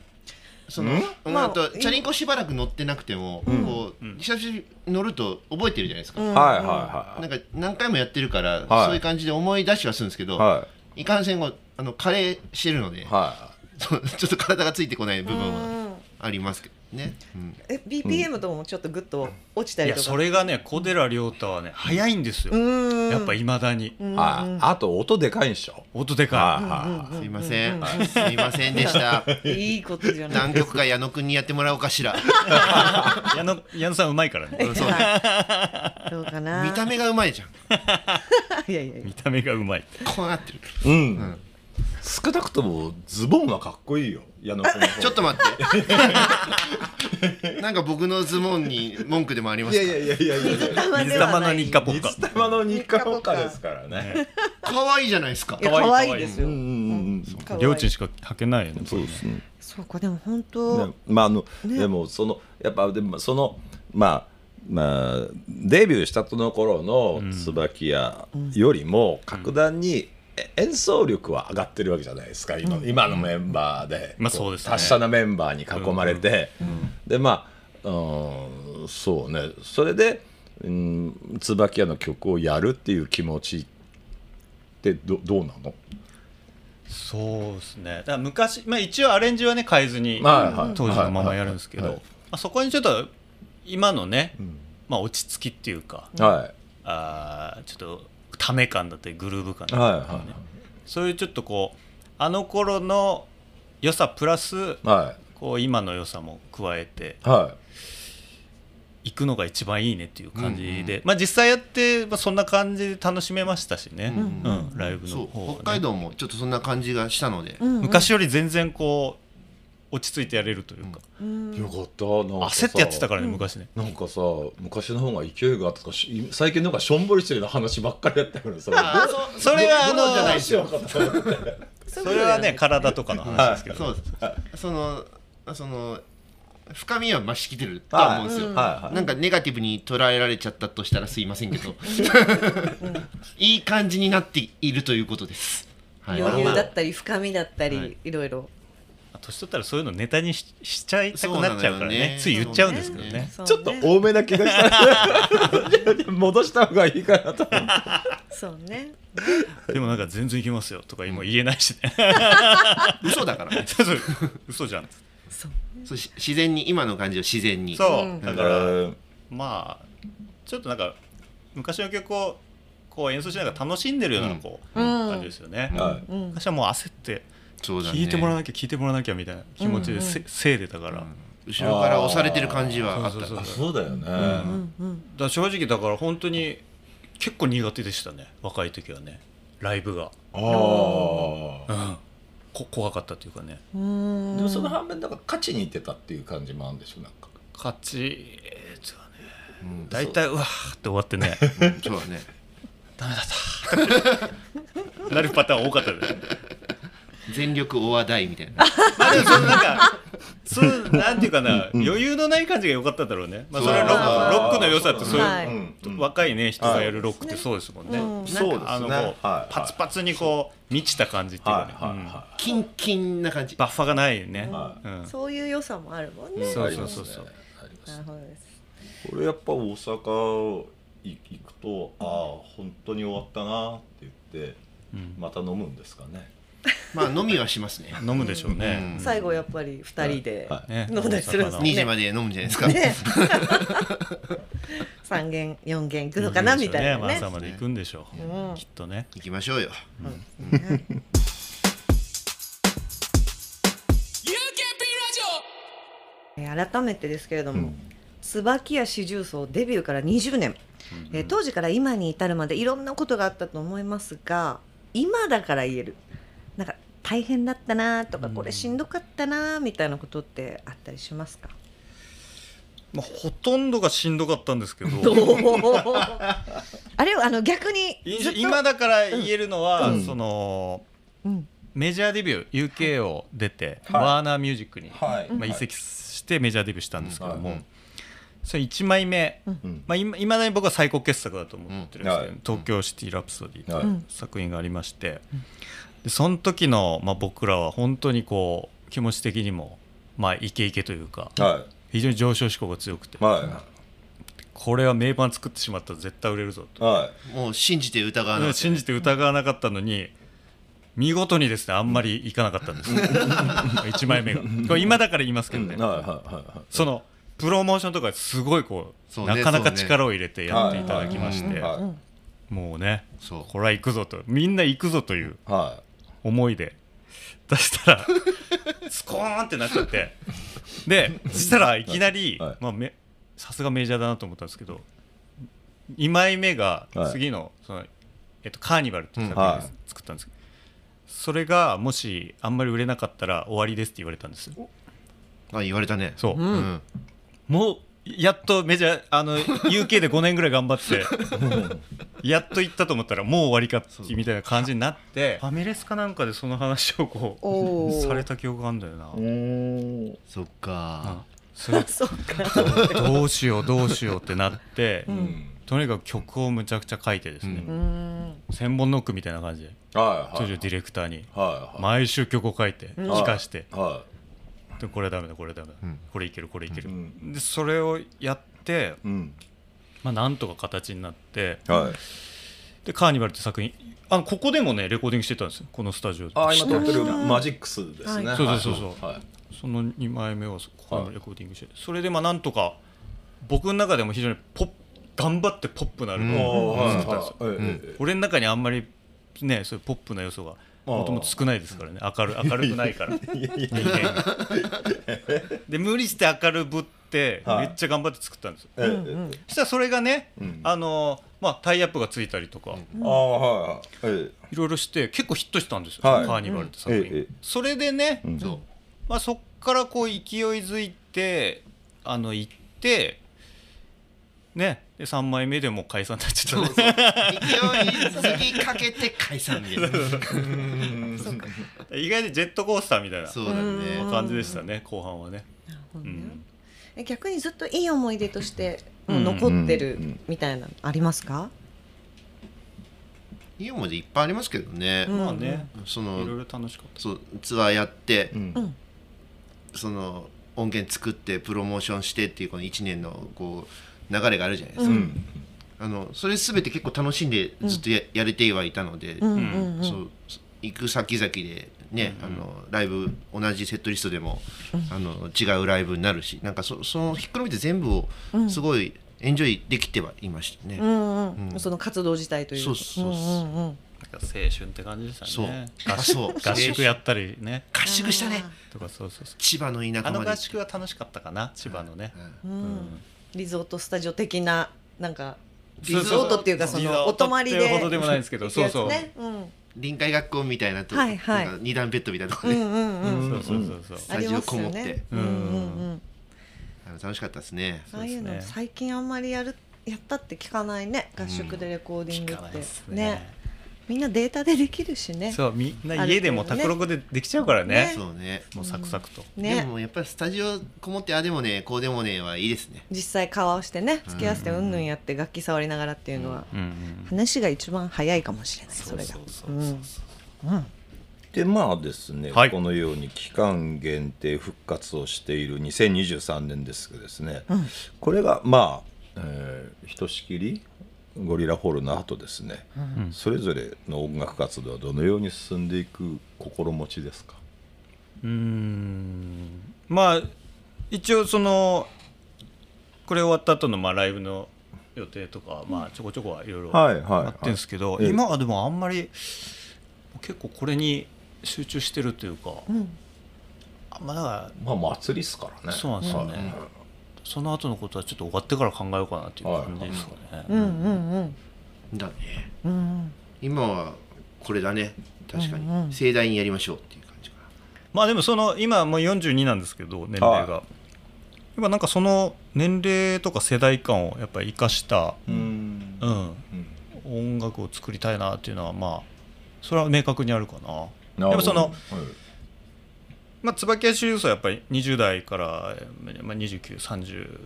S5: その、うん
S2: まあ
S5: とチャリンコしばらく乗ってなくても、こう久しぶりに乗ると覚えてるじゃないですか。
S1: はいはい
S5: なんか何回もやってるから、
S1: はい
S5: そういう感じで思い出しはするんですけど、、
S1: はい
S5: かんせんこうあの加齢してるので、
S1: いは
S5: そうちょっと体がついてこない部分はありますけどね。うん
S2: え BPM とかもちょっとグッと落ちた
S4: い
S2: り
S4: や
S2: とか
S4: それがね小寺亮太はね早いんですよ、
S2: うん
S4: やっぱいまだに、
S1: いはいあと音でかいんでしょ
S4: 音で
S1: はい
S4: か
S1: は
S5: すいません、すいません でした。
S2: いいことじゃない
S5: 何曲か矢野くんにやってもらおうか しら。
S4: い矢野矢野さんうまいから ね
S5: そう
S2: はいどうかな
S5: 見た目がうまいじゃん。
S2: いやいやいや
S4: 見た目がうまい
S5: こうなってる。
S1: いうん少なくともズボンはかっこいいよ矢野君の方
S5: ちょっと待って。 なんか僕のズボンに文句でもありま
S1: い
S5: す
S1: や
S5: か
S1: いやいやいやいやいや
S4: 水玉の日課ポッカ
S1: 水玉の日課ポッカですからね
S5: 可愛いじゃないですか
S2: い。や可愛いですよ
S1: うんうんうん
S2: 可愛い
S4: りょうちんしか履けないよね
S1: そうですね
S2: そうかでも本当
S1: ねまああのでもそのやっぱでもそのまあまあ、デビューしたとの頃の椿屋よりも格段にえ演奏力は上がってるわけじゃないですか今,、今のメンバーで,、
S4: まあそうですね
S1: 達者なメンバーに囲まれて、でまあ、うん、そうねそれで、うん、椿屋の曲をやるっていう気持ちってどどうなの
S4: そうですねだから昔、まあ、一応アレンジはね変えずに
S1: はいはい
S4: 当時のままやるんですけど
S1: はい
S4: ま
S1: はい
S4: あそこにちょっと今のね、まあ、落ち着きっていうか
S1: は
S4: あーちょっとため感だったりグルーヴ感だった
S1: い、
S4: り、
S1: は
S4: そういうちょっとこうあの頃の良さプラス
S1: いはいは
S4: こう今の良さも加えて
S1: いはい
S4: 行くのが一番いいねっていう感じで、まあ、実際やって、まあ、そんな感じで楽しめましたしね、うんライブ
S5: そ
S4: の
S5: う
S4: 方はね、
S5: 北海道もちょっとそんな感じがしたので、
S4: 昔より全然こう落ち着いてやれるというか、
S1: よかったなんかさ
S4: 焦ってやってたからね昔ね、
S1: なんかさ昔の方が勢いがあったとかし最近の方がしょんぼりしてるような話ばっかりやったからさ
S4: あそそれはあ
S1: どうじゃない
S4: の
S1: ですよかった
S4: それはね体とかの話ですけど、
S5: そうですそのその深みは増してきてるとは思うんですよ、
S1: はいはい
S5: なんかネガティブに捉えられちゃったとしたらすいませんけど いい感じになっているということです、はい、
S2: 余裕だったり深みだったり、
S5: はいい、
S2: ろいろ
S4: 年取ったらそういうのネタにししちゃいたくなっちゃうからね
S5: そうなのよね
S4: つい言っちゃうんですけどね
S2: そう
S1: ちょっと多めな気がした、ね、戻した方がいいかなと思って
S2: そうね
S4: でもなんか全然いきますよとか今言えないしね
S5: 嘘だからね
S4: そうそう嘘じゃん
S5: そうし自然に今の感じを自然 に
S4: そう、
S2: うん
S4: だからまあちょっとなんか昔の曲をこう演奏しながら楽しんでるようなこう、
S2: うん
S4: 感じですよね、
S1: はい
S4: 昔はもう焦って
S5: そうだね
S4: 聞いてもらわなきゃ聞いてもらわなきゃみたいな気持ちでせ,、せいでたから、
S5: 後ろから押されてる感じはあった
S4: そうそうそう
S1: あそうだよね、
S4: だから正直だから本当に結構苦手でしたね若い時はねライブが、
S1: ああ
S4: うん、こ怖かったというかね
S2: うん
S1: でもその反面なんか勝ちにいってたっていう感じもあるんでしょなんか
S4: 勝ちえー違うね大体うわーって終わってね
S5: うんそうだね
S4: なるパターン多かったです
S5: 全力お話題みたいな
S4: まあでもそのなんかそうなんていうかな、余裕のない感じが良かっただろうね、まあ、それはロックロックの良さってそういう、
S2: はい
S1: うん
S4: 若いね人がやるロックってそうですもんね、
S1: そうですね
S4: あのこう、
S1: はい
S4: パツパツにこう満ちた感じっていうか
S1: は
S4: ね、
S1: いはい
S4: うん
S1: は
S5: キンキンな感じ
S4: バッファがないね、
S1: は
S4: うん
S2: そういう良さもあるもんね、
S1: い、
S4: そうそうそうそう
S1: ありますねあります
S2: なるほどです
S1: これやっぱ大阪い行くとああ本当に終わったなって言ってまた飲むんですかね、
S5: まあ飲みはしますね
S4: 飲むでしょうね。
S2: 最後やっぱり二人で
S1: はい
S4: ね
S2: 飲んだりするんです
S5: 2時まで飲むんじゃないですか、ね、
S2: 三軒四軒行くのかなみたいなね
S4: 朝まで行くんでしょう。きっとね。
S5: 行きましょうよ
S2: えー改めてですけれども、椿屋四重奏デビューから20年、えー当時から今に至るまでいろんなことがあったと思いますが今だから言えるなんか大変だったなとか、これしんどかったなみたいなことってあったりしますか
S4: まあほとんどがしんどかったんですけど。
S2: あれあの逆にずっと
S4: 今だから言えるのはその
S2: うん
S4: メジャーデビュー UK を出て
S1: い
S4: ワーナーミュージックに
S1: はい
S4: まあ移籍してメジャーデビューしたんですけど
S1: う
S4: も
S1: ん。
S4: それ1枚目
S1: ん
S4: まあいまだに僕は最高傑作だと思ってるんですけど
S1: うん
S4: 東京シティ・ラプソディという
S1: はい
S4: 作品がありましてでその時の、まあ、僕らは本当にこう気持ち的にも、まあ、イケイケというか
S1: は
S4: 非常に上昇志向が強くて、
S1: いは
S4: これは名盤作ってしまったら絶対売れるぞ
S1: い
S4: と
S1: は
S5: もう信じて疑わな
S4: で
S5: い
S4: も信じて疑わなかったのに見事にですねあんまりいかなかったんです1枚目がこれ今だから言いますけ
S1: い
S4: ど
S1: うん
S4: ね、
S1: はいはいはいはい
S4: そのプロモーションとかすごいこう
S5: そうね
S4: なかな
S5: そ
S4: か
S5: うね
S4: 力を入れてやっていただきまして、
S1: はい
S4: もうね
S5: そう
S4: これは行くぞとみんな行くぞという
S1: は
S4: 思いで出したらスコーンってなっちゃってでそしたらいきなり
S1: はいはい
S4: まあめさすがメジャーだなと思ったんですけど2枚目が
S1: はい
S4: 次のその、えっと、カーニバルっていう
S1: うん
S4: 作品
S1: は
S4: で
S1: い
S4: す作ったんですけど、それがもしあんまり売れなかったら終わりですって言われたんですよ
S5: あ言われたね
S4: そう、
S5: う、
S4: もうやっとメジャーあの UK で5年ぐらい頑張ってやっと行ったと思ったらもう終わりかってみたいな感じになってファミレスかなんかでその話をこう
S2: おー
S4: された記憶があるんだよな、
S1: いうん
S5: そっか
S4: それ
S2: そうか
S4: どうしようどうしようってなって、
S1: うん
S4: とにかく曲をむちゃくちゃ書いてですね、
S5: う
S2: うん
S4: 千本ノックみたいな感じで
S1: はい
S4: 当
S1: はい
S4: 時のディレクターに
S1: はいはい
S4: 毎週曲を書いて聴かして、
S1: は
S4: でこれダメだこれダメだ、
S5: うん
S4: これいけるこれいける、
S1: うん
S4: でそれをやって、
S1: いうん
S4: まあ、なんとか形になって
S1: はい
S4: で「カーニバル」って作品あのここでもねレコーディングしてたんですよこのスタジオで
S1: ああ今撮ってるマジックスですね
S2: は
S1: はいい
S4: そうそうそうそう
S1: はい
S4: その2枚目はここでもレコーディングしててそれでまあなんとか僕の中でも非常にポップ頑張ってポップなアルバム
S1: ああ
S4: を
S1: はい
S4: 作ったんですよ
S1: はいえええ
S4: 俺の中にあんまりねそういうポップな要素がもともと少ないですからね明る明るくないから人間がで無理して明るぶっって
S6: はい
S4: めっちゃ頑張って作ったんですよ
S6: ええ
S4: そしたらそれがね、あのまあタイアップがついたりとか、
S6: ああはいはいえ
S4: いろいろして結構ヒットしたんですよ、
S6: はい
S4: カーニバルって作品、
S6: うんええ
S4: それでね、
S1: ん
S4: そうまあ、そっからこう勢いづいてあの行ってねで3枚目でもう解散になっちゃっ
S5: そう
S4: た
S5: そう
S4: ね
S5: 勢いづきかけて解散みたいな
S4: 意外にジェットコースターみたいな
S5: そうだね
S4: 感じでしたね後半はね、
S2: うん
S4: うん
S2: え逆にずっといい思い出としてもう
S4: うん
S2: 残ってる
S1: うんうん
S2: みたいなのありますか、
S5: いい思い出いっぱいありますけどね、
S2: うん
S4: まあね
S5: そ
S4: いろいろ
S5: の
S4: 楽しかった
S5: そうツアーやって、
S1: ん
S2: うん
S5: その音源作ってプロモーションしてっていうこの1年のこう流れがあるじゃないですか、
S1: ん
S5: あのそれ全て結構楽しんでずっとや,、やれてはいたので、
S2: うんうんうん
S5: そう行く先々でね、あのライブ同じセットリストでも、あの違うライブになるしなんかそそのひっくるめて全部をすごいエンジョイできてはいましたね。
S2: うんうんその活動自体という
S5: そうそうそうん
S2: うんうん
S4: なんか青春って感じでした
S5: そう
S4: ね
S5: あそう
S4: 合宿やったりね
S5: 合宿したね
S4: とかそうそうそう
S5: 千葉の田
S4: あ
S5: 舎
S4: の
S5: まで
S4: 合宿は楽しかったかな千葉のね、
S2: リゾートスタジオ的ななんかリ
S4: そ
S2: ゾ
S4: うそう
S2: ートっていうかそ
S4: リゾート
S2: のお泊まりで
S4: っていうほどでもないですけど
S2: 行くやつ
S4: そうそう
S2: ねうん
S5: 臨海学校みたいなと、
S2: はいはい
S5: なんか二段ベッドみたいなとこで、
S2: うんうんうん
S4: そうそうそうそう
S5: スタジオこもって、
S2: ありますよね
S4: うん
S5: あの楽しかったですね。
S2: ああいう
S4: そうで
S2: の
S4: すね
S2: 最近あんまりやるやったって聞かないね合宿でレコーディング
S4: 聞
S2: っ
S4: かない
S2: て
S4: ですね
S2: ねみんなデータでできるしね
S4: そうみん
S2: ある
S4: な
S2: 程度ね
S4: 家でも卓録でできちゃうからね
S2: ね
S5: そうね。
S4: もうサクサクと、
S5: で
S2: ね
S5: もやっぱりスタジオこもってあでもねこうでもねはいいですね。
S2: 実際顔合わせてね付き合わせてうんぬんやって楽器触りながらっていうのは
S4: うんうん
S2: 話が一番早いかもしれないそれが
S4: そうそううそうそうん
S1: でまあですね、
S4: はい
S1: このように期間限定復活をしている2023年ですけどですね、これがまあ、えーひとしきりゴリラホールの後ですね、それぞれの音楽活動はどのように進んでいく心持ちですか、
S4: うーんまあ一応そのこれ終わった後のまあライブの予定とか、まあ、ちょこちょこはいろいろ
S1: はいはいはい
S4: あってんですけど、
S1: ええ
S4: 今はでもあんまり結構これに集中してるというか、あんまだか
S1: まあ祭りですからね
S4: らそうなんですよね、その後のことはちょっと終わってから考えようかなっていう感じですかね、
S2: うんうんうん
S5: だね。
S2: うん
S5: 今はこれだね確かに盛大にやりましょうっていう感じか
S4: まあでもその今もう42なんですけど年齢が、
S1: は
S4: 今なんかその年齢とか世代感をやっぱり生かした、
S1: うん
S4: うん、音楽を作りたいなっていうのはまあそれは明確にあるかなでもその、、まあ、椿屋修造はやっぱり20代から、まあ、2930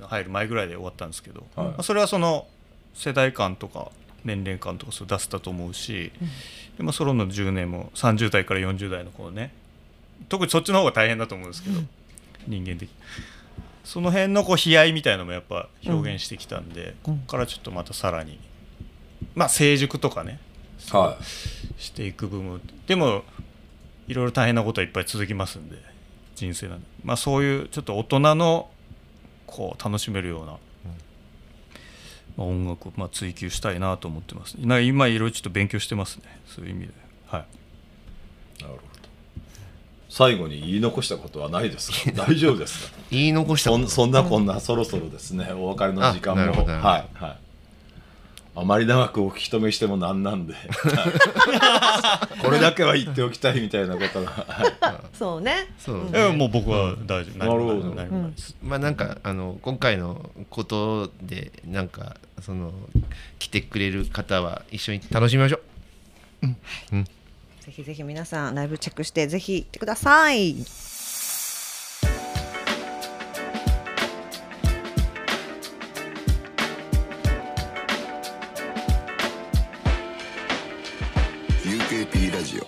S4: 入る前ぐらいで終わったんですけど、
S1: はい
S4: まあ、それはその世代間とか年齢感とかそう出せたと思うし、でまあ、ソロの10年も30代から40代の子ね特にそっちの方が大変だと思うんですけど、人間的にその辺のこう悲哀みたいのもやっぱ表現してきたんで、ここからちょっとまたさらにまあ成熟とかね
S1: うんはい、
S4: していく部分でもいろいろ大変なことはいっぱい続きますんで人生なんで、まあ、そういうちょっと大人のこう楽しめるような、まあ、音楽をまあ追求したいなと思ってますなんか今いろいろちょっと勉強してますねそういう意味ではい
S1: なるほど最後に言い残したことはないです か大丈夫ですか
S5: な言い残した
S1: そ
S5: こ
S1: ん
S5: と
S1: そんなこんなそろそろですねお別れの時間
S5: あなる
S1: も
S5: ほ
S1: は
S5: ど
S1: い
S5: なるほど
S1: はいあまり長くお聞き止めしてもなんなん でこれだけは言っておきたいみたいなことがはい
S2: そうね
S5: そう
S4: えもう僕は大丈夫、何も
S1: なるほど
S4: 何もないです、
S5: まあなんかあの今回のことでなんかその来てくれる方は一緒に楽しみましょう
S2: ぜひぜひ皆さんライブチェックしてぜひ行ってください。
S3: UKP ラジオ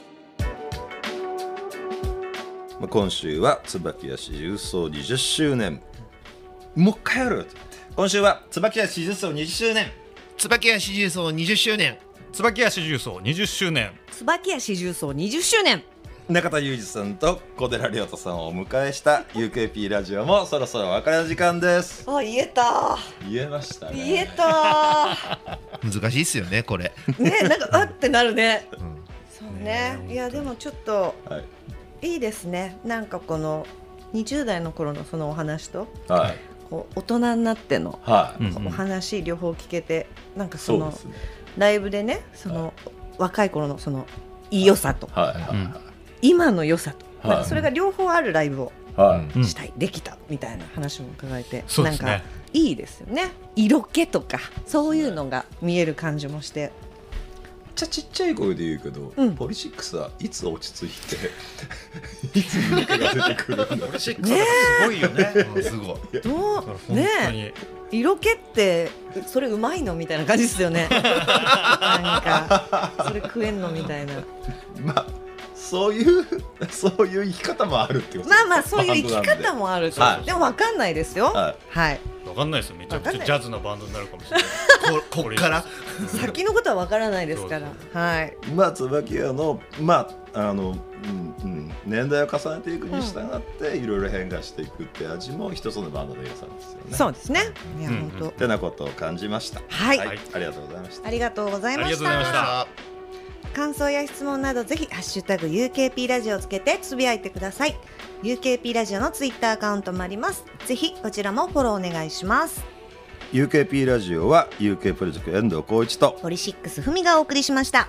S1: まあ今週は椿屋市重曹20周年もう一回やる今週は椿屋市重曹20周年
S5: 椿屋四重奏20周年
S4: 椿屋四重奏20周年
S2: 椿屋四重奏20周年。
S1: 中田裕二さんと小寺亮太さんをお迎えした UKP ラジオもそろそろお別れの時間です
S2: あ言えた
S1: 言えましたね
S2: 言えた
S5: 難しいっすよねこれ
S2: ねなんかあってなるね。そうねいやでもちょっと
S1: はい
S2: いいですねなんかこの20代の頃のそのお話と
S1: はい
S2: こう大人になっての
S1: はい、
S4: うん
S2: お話両方聞けてなんかそ
S1: そう
S2: の
S1: ですね
S2: ライブでねその若い頃のその良さと
S1: はいはい
S4: うん
S2: 今の良さと
S1: はい
S2: なんかそれが両方あるライブを
S1: はい、
S4: うん
S2: したいできたみたいな話も伺えて
S4: そう
S2: な
S4: で
S2: ん
S4: すね
S2: かいいですよね色気とかそういうのが見える感じもして
S1: めっちゃちっちゃい声で言うけど、
S2: うん
S1: ポリシックスはいつ落ち着いていつ抜けが出てくるんだ
S5: 俺シックスだからすごい よね。うんすご
S2: ど
S5: い。
S4: だか
S2: う
S4: ら本当
S2: ね
S4: に
S2: 色気ってそれうまいのみたいな感じですよねなんかそれ食えんのみたいな
S1: まあそういう そういう生き方もあるってこと
S2: まあまあそういう生き方
S1: も
S2: もあると
S1: はい
S2: でもわかんないですよ
S1: は
S2: はい
S4: わかんないですよめちゃく
S2: わかん
S4: ち
S2: な
S4: ゃ
S2: い
S4: ジャズなバンドになるかもしれない
S5: ここっから
S2: 先のことはわからないですから
S4: そう
S2: はい
S1: まあ椿屋のまああの、うんうん、年代を重ねていくに従っていろいろ変化していくって味も一つのバンドの良さですよね。
S2: そうですねいや
S4: うんうん
S2: 本当
S1: ってなことを感じました。
S2: はい
S1: ありがとうございました。
S2: ありがとうございま
S4: あり
S2: し
S4: がとうございましたた
S2: 感想や質問などぜひハッシュタグ UKP ラジオをつけてつぶやいてください UKP ラジオのツイッターアカウントもありますぜひこちらもフォローお願いします
S1: UKP ラジオは UK プロジェクト遠藤浩一と
S2: ポリシックスふみがお送りしました